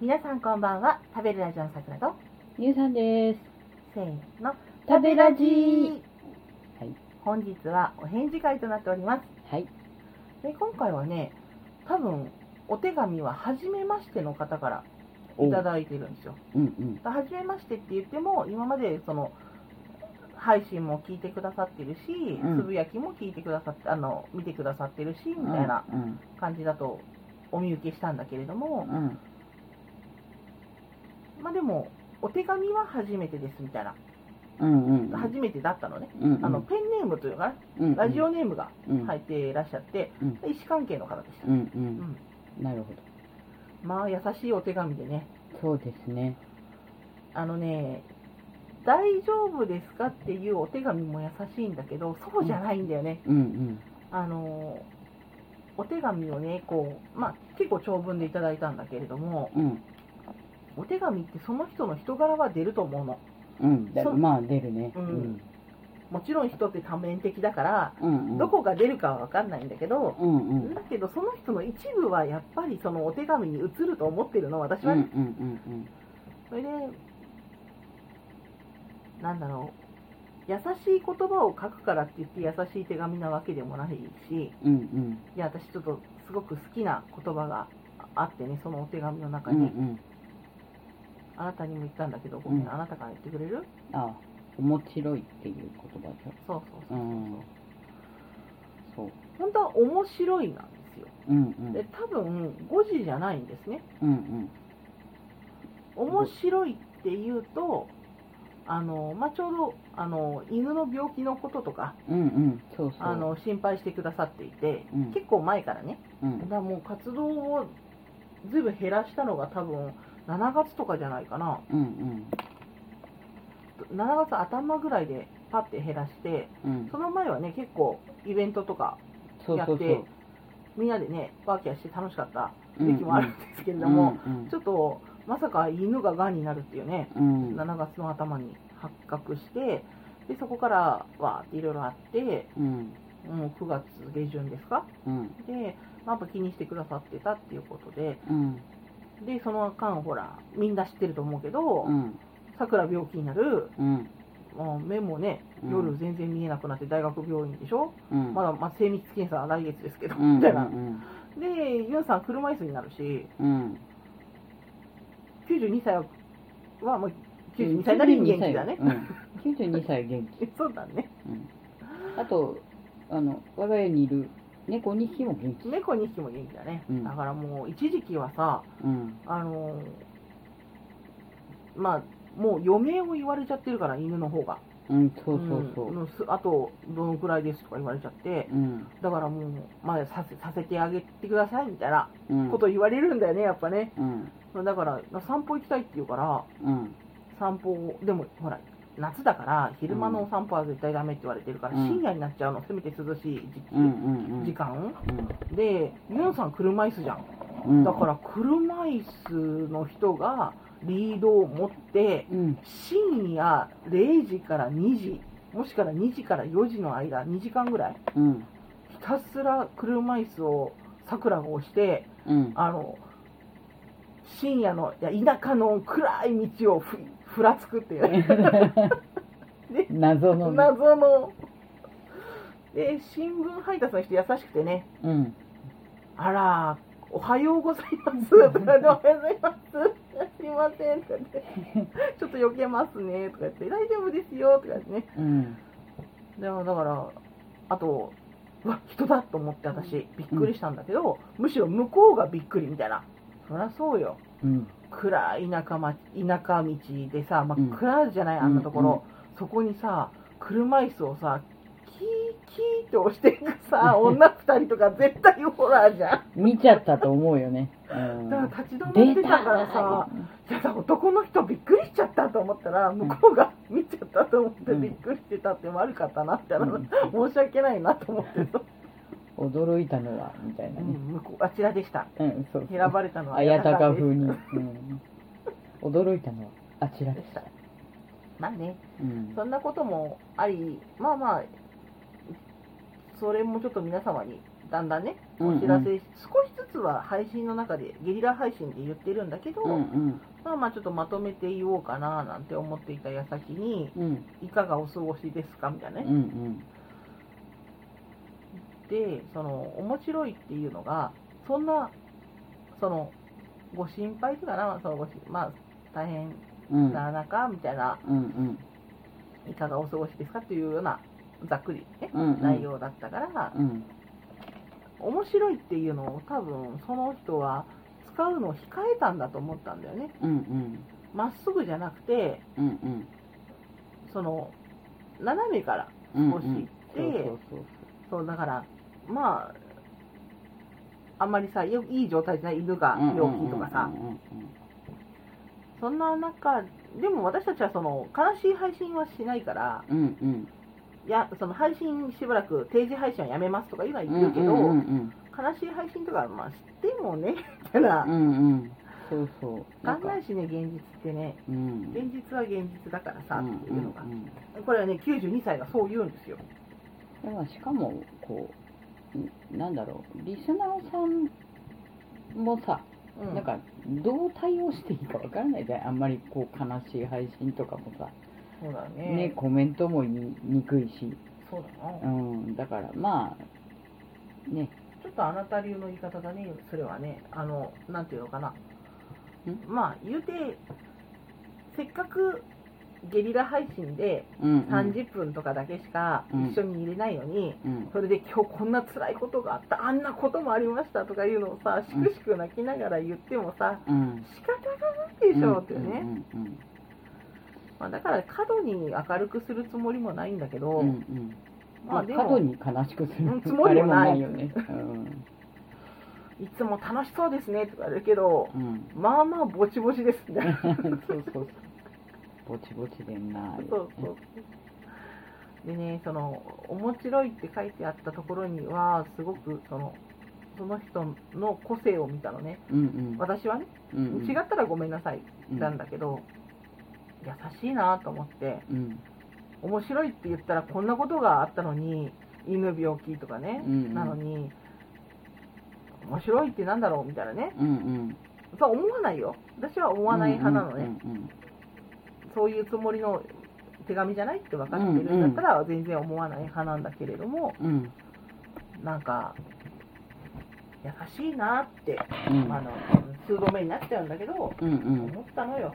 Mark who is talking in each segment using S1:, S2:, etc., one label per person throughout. S1: 皆さんこんばんは食べるラジオのさくらと
S2: ゆうさんです。
S1: せーの
S2: 食べラジはい
S1: 本日はお返事会となっております
S2: はい。
S1: で今回はね多分お手紙は初めましての方からいただいてるんですよ
S2: うんうん。
S1: だから初めましてって言っても今までその配信も聞いてくださってるし、
S2: うん
S1: つぶやきも聞いてくださってあの見てくださってるしみたいな
S2: うん
S1: 感じだとお見受けしたんだけれども、
S2: うん。
S1: まあでもお手紙は初めてですみたいな、
S2: うんうん。
S1: 初めてだったのね、
S2: うんうん。
S1: あのペンネームというかな、
S2: うんうん
S1: ラジオネームが
S2: うん
S1: 入っていらっしゃって、
S2: うん
S1: 医師関係の方でした、
S2: うんう。
S1: うんん
S2: なるほど。
S1: まあ優しいお手紙でね
S2: そうですね。
S1: あのね大丈夫ですかっていうお手紙も優しいんだけどそうじゃないんだよね、
S2: うん
S1: あのお手紙をねこう、まあ、結構長文でいただいたんだけれども
S2: うん。うん
S1: お手紙ってその人の人柄は出ると思うの
S2: うん。だ
S1: そ
S2: まあ出るね。
S1: う
S2: うんん。
S1: もちろん人って多面的だから
S2: うんうん。
S1: どこが出るかは分かんないんだけど、
S2: うんうん。
S1: だけどその人の一部はやっぱりそのお手紙に映ると思ってるの私
S2: うんう
S1: はね、
S2: んうん
S1: それでなんだろう優しい言葉を書くからって言って優しい手紙なわけでもないし
S2: うんうんうん
S1: いや私ちょっとすごく好きな言葉があってねそのお手紙の中
S2: うんう
S1: に、
S2: ん
S1: あなたにも言ったんだけどごめん、
S2: うん
S1: あなたから言ってくれる
S2: あ面白いっていう言葉でし
S1: そうそうそ
S2: ょ
S1: うう、
S2: んそう
S1: 本当は面白いなんですよ
S2: うんうん
S1: で多分5時じゃないんですね
S2: うん
S1: 面白いっていうとあの、まあ、ちょうどあの犬の病気のこととか
S2: うんうんうんそうそう
S1: あの心配してくださっていて、
S2: うん
S1: 結構前からね
S2: う
S1: だ
S2: ん
S1: からもう活動をずいぶん減らしたのが多分7月とかじゃないかな
S2: うんうん
S1: 7月頭ぐらいでパッて減らして
S2: うん
S1: その前はね結構イベントとか
S2: そうそうそう
S1: みんなでねワーキャーして楽しかった
S2: う
S1: 時期もあるんですけれども、
S2: うんうん
S1: ちょっとまさか犬ががんになるっていうね
S2: うん
S1: 7月の頭に発覚してでそこからわーっていろいろあって、
S2: うん
S1: うん、9月下旬ですか
S2: うん
S1: で、まあ、やっぱ気にしてくださってたっていうことで
S2: うん
S1: でその間ほらみんな知ってると思うけど
S2: うん
S1: さくら病気になる
S2: うん
S1: もう目もね
S2: うん
S1: 夜全然見えなくなって大学病院でしょ、
S2: うん
S1: まだ、まあ、精密検査は来月ですけど、
S2: うん
S1: みたいな
S2: うん
S1: でユンさん車椅子になるし
S2: うん
S1: 92歳は、まあ、92歳なりに元気だね
S2: うん92歳元
S1: そうだね
S2: 気、うん、あとあの我が家にいる猫2匹も元気
S1: 猫2匹も元気だね、
S2: うん
S1: だからもう一時期はさ
S2: うん
S1: あのーまあもう余命を言われちゃってるから犬の方が
S2: うんそうそうそう
S1: うんすあとどのくらいですとか言われちゃって
S2: うん
S1: だからもう、まあ、させさせてあげてくださいみたいな
S2: うん
S1: こと言われるんだよねやっぱね
S2: うん
S1: だから散歩行きたいって言うから
S2: うん
S1: 散歩をでもほら夏だから昼間のお散歩は絶対ダメって言われてるから、
S2: うん
S1: 深夜になっちゃうのせめて涼しい時期、
S2: うんうんうん
S1: 時間
S2: うん
S1: でユンさん車椅子じゃん
S2: うん
S1: だから車椅子の人がリードを持って
S2: うん
S1: 深夜0時から2時もしくは2時から4時の間2時間ぐらい
S2: うん
S1: ひたすら車椅子をさくらが押して
S2: うん
S1: あの深夜のいや田舎の暗い道をふふらつくっていうねで
S2: 謎のね
S1: 謎ので新聞配達の人優しくてね
S2: うん
S1: あら、おはようございます。 とか言っておはようございます。すいません。とか言って、 ちょっと避けますね。とか言って、大丈夫ですよ。とか言ってね。
S2: うん
S1: でもだから、あと、うわ、人だと思って私、びっくりしたんだけど、むしろ向こうがびっくりみたいな。そりゃそうよ。
S2: うん
S1: 暗い田舎,、ま、田舎道でさ、真
S2: うん
S1: っ暗じゃない、あんなとこ
S2: うんうん
S1: ろ、そこにさ、車椅子をさ、キーキーって押していく さ、女二人とか絶対ホラーじゃん。
S2: 見ちゃったと思うよねうん
S1: だから立ち止まってたからさ、いやだ男の人びっくりしちゃったと思ったら、向こうが見ちゃったと思って
S2: うん
S1: びっくりしてたって悪かったなって、
S2: うん
S1: 申し訳ないなと思ってさ、
S2: 驚いたのはみたいな
S1: うん
S2: ね
S1: 向こうあちらでした。
S2: うんそうそう
S1: 選ばれたのは
S2: 綾鷹
S1: で
S2: 風に、うん、驚いたのはあちらでした、
S1: まあね、
S2: うん
S1: そんなこともあり、まあまあ、それもちょっと皆様にだんだんね、
S2: うんうん
S1: お知らせ、少しずつは配信の中で、ゲリラ配信で言ってるんだけど、
S2: うんうん
S1: まあまあちょっとまとめて言おうかななんて思っていた矢先に、
S2: うん
S1: いかがお過ごしですかみたいな
S2: う
S1: ね。
S2: ん
S1: で、その、面白いっていうのが、そんな、その、ご心配っていうかな、そのごし、まあ、大変
S2: うんうん
S1: な中、みたいな、
S2: うんうん
S1: いかがお過ごしですかっていうような、ざっくりね、
S2: うんうん
S1: 内容だったから、
S2: うん
S1: 面白いっていうのを多分その人は使うのを控えたんだと思ったんだよね
S2: うんうん
S1: まっすぐじゃなくて
S2: うんうん
S1: その斜めから
S2: うん
S1: 少し行って、
S2: そうそうそう
S1: そうだからまああんまりさよいい状態じゃない犬が
S2: うんうん
S1: 病気とかさ、
S2: うんうん
S1: そんな中でも私たちはその悲しい配信はしないから
S2: うんうん
S1: いやその配信しばらく定時配信はやめますとかいうのは
S2: うん
S1: 言うけど、
S2: うんうん
S1: 悲しい配信とかまあしてもねみたいな
S2: うんうんうんそうそう
S1: 考
S2: なんか
S1: えしね現実ってね
S2: うん
S1: 現実は現実だからさっていうのが、
S2: んんん
S1: これはね92歳がそう言うんですよ
S2: だからしかもこうんなんだろうリスナーさんもさ、
S1: うん
S2: なんかどう対応していいかわからないじゃんあんまりこう悲しい配信とかもさ、
S1: そうだね
S2: ねコメントも言いにくいし、
S1: そうだな、
S2: うん、だからまあね
S1: ちょっとあなた流の言い方だねそれはねあのなんていうのかなまあ言うてせっかくゲリラ配信で
S2: うんうん
S1: 30分とかだけしか
S2: うん
S1: 一緒にいれないのに、
S2: うん
S1: それで今日こんな辛いことがあったあんなこともありましたとかいうのをさしくしく泣きながら言ってもさ
S2: うん
S1: 仕方がないでしょうっていうね、
S2: うんうん
S1: まあ、だから過度に明るくするつもりもないんだけど、
S2: うんうんうん
S1: ま
S2: ま
S1: あ
S2: あ
S1: で
S2: 過度
S1: も
S2: に悲しくす
S1: うん
S2: る
S1: つもりもない
S2: あれもないよねうん
S1: いつも楽しそうですねとか言うけど、
S2: うん。
S1: まあまあぼちぼちですね
S2: そうそうそうぼちぼちでんなあれ
S1: そうそう。でね、その、面白いって書いてあったところには、すごくその、その人の個性を見たのね。
S2: うん
S1: 私はね、
S2: うんうんうん
S1: 違ったらごめんなさい、
S2: うん
S1: なんだけど、優しいなと思って、
S2: うん
S1: 面白いって言ったらこんなことがあったのに、犬病気とかね、
S2: うんうん
S1: なのに、面白いってなんだろうみたいなね。
S2: うんうん
S1: そう思わないよ。私は思わない派なのね。そういうつもりの手紙じゃないって分かってるんだったら全然思わない派なんだけれども、
S2: うんうん
S1: なんか優しいなって、
S2: うんうん
S1: あの数度目になっちゃうんだけど、
S2: うんうん
S1: 思ったのよ。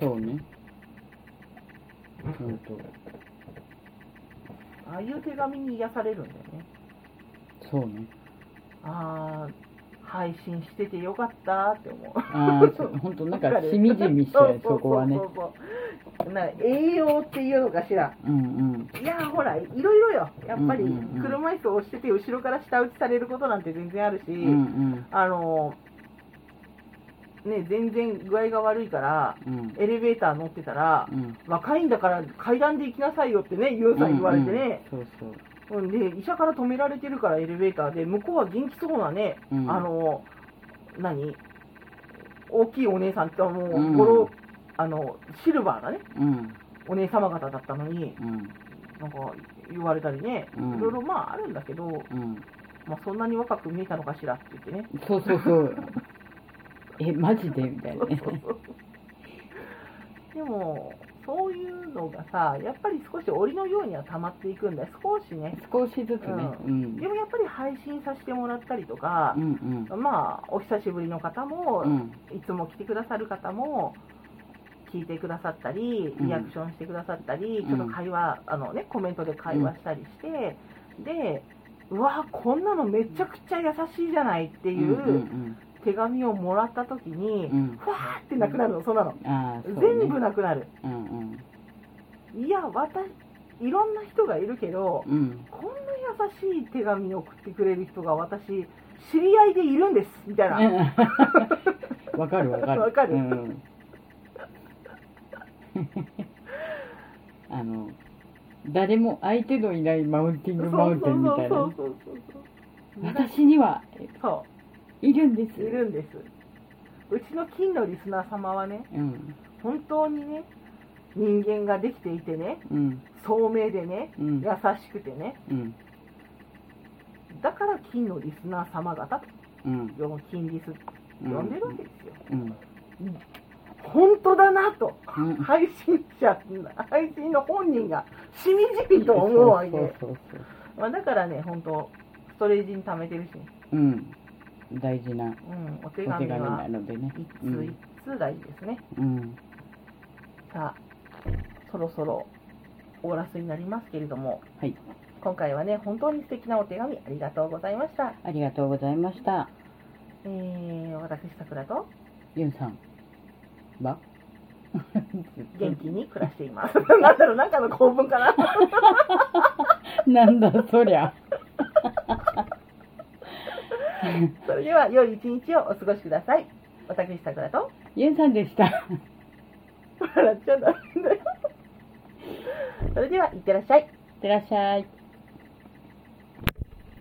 S2: そうねうんと
S1: ああいう手紙に癒されるんだよね。
S2: そうね
S1: ああ、配信しててよかったって思う。
S2: ああそう本当なんかしみじみしてるそこは ね
S1: そうそうそうそうなんか栄養っていうのかしら。
S2: うん
S1: いやーほら、いろいろよ。やっぱり
S2: うんうんうん
S1: 車椅子を押してて後ろから下打ちされることなんて全然あるし。
S2: うんうん
S1: あのね、全然具合が悪いから、
S2: うんうん
S1: エレベーター乗ってたら、
S2: うん
S1: 若いんだから階段で行きなさいよってね、ユウさん言われてね、
S2: うんうんそうそう
S1: うんで、医者から止められてるから、エレベーターで、向こうは元気そうなね、
S2: うん
S1: あの、何大きいお姉さんって、もう、
S2: うん
S1: ボロ、あの、シルバーなね、
S2: うん
S1: お姉様方だったのに、
S2: うん
S1: なんか言われたりね、
S2: うん
S1: いろいろまああるんだけど、
S2: うん
S1: まあそんなに若く見えたのかしらって言ってね、
S2: そうそうそうえマジでみたいなね
S1: でもそういうのがさやっぱり少し檻のようには溜まっていくんだよ少しね
S2: 少しずつね
S1: う
S2: うん
S1: でもやっぱり配信させてもらったりとか
S2: う、ん
S1: まあお久しぶりの方も、
S2: うんうん
S1: いつも来てくださる方も聞いてくださったり
S2: うん
S1: リアクションしてくださったり、
S2: うん
S1: ちょっと会話あのねコメントで会話したりして、でうわこんなのめちゃくちゃ優しいじゃないって
S2: う
S1: い
S2: んう
S1: うん手紙をもらった時に、
S2: うん
S1: ふわーってなくなるのそんなの
S2: ああそうね
S1: 全部なくなる
S2: うんうん
S1: いや私いろんな人がいるけど
S2: うん
S1: こんな優しい手紙を送ってくれる人が私知り合いでいるんですみたいな、
S2: うんわかるわかる。
S1: わかる
S2: うん、あの誰も相手のいないマウンティン
S1: そ
S2: グ
S1: う
S2: マウンテンみたいな
S1: そう
S2: ね。
S1: そうそうそうそう
S2: 私にはえ
S1: そ
S2: いるんです。
S1: ういるんですうちの金のリスナー様はね
S2: うん
S1: 本当にね人間ができていてね
S2: うん
S1: 聡明でね
S2: うん
S1: 優しくてね
S2: うん
S1: だから金のリスナー様方と
S2: うん
S1: よ金リス
S2: う
S1: 呼んでるわけですよ、
S2: うん
S1: 本当だなと
S2: うん
S1: 配信者配信の本人がしみじみと思うわけ
S2: そうそうそうそう
S1: まあ、だからね本当ストレージに貯めてるし、ね
S2: うん大事な
S1: うん、お
S2: お
S1: 手
S2: 手紙
S1: 紙
S2: な
S1: は
S2: のでね
S1: 一
S2: う
S1: 通一
S2: ん
S1: 通大事ですね、
S2: うん
S1: さあそろそろオーラスになりますけれども
S2: はい
S1: 今回はね本当に素敵なお手紙ありがとうございました、
S2: ありがとうございました
S1: えー、私さくらと
S2: ゆんさんは
S1: 元気に暮らしてい ますなんだろうなんかの構文かな
S2: なんだそりゃ
S1: それでは良い一日をお過ごしください私さくらと
S2: ゆんさんでした
S1: 笑っちゃダメだよそれではいってらっしゃい
S2: いってらっしゃい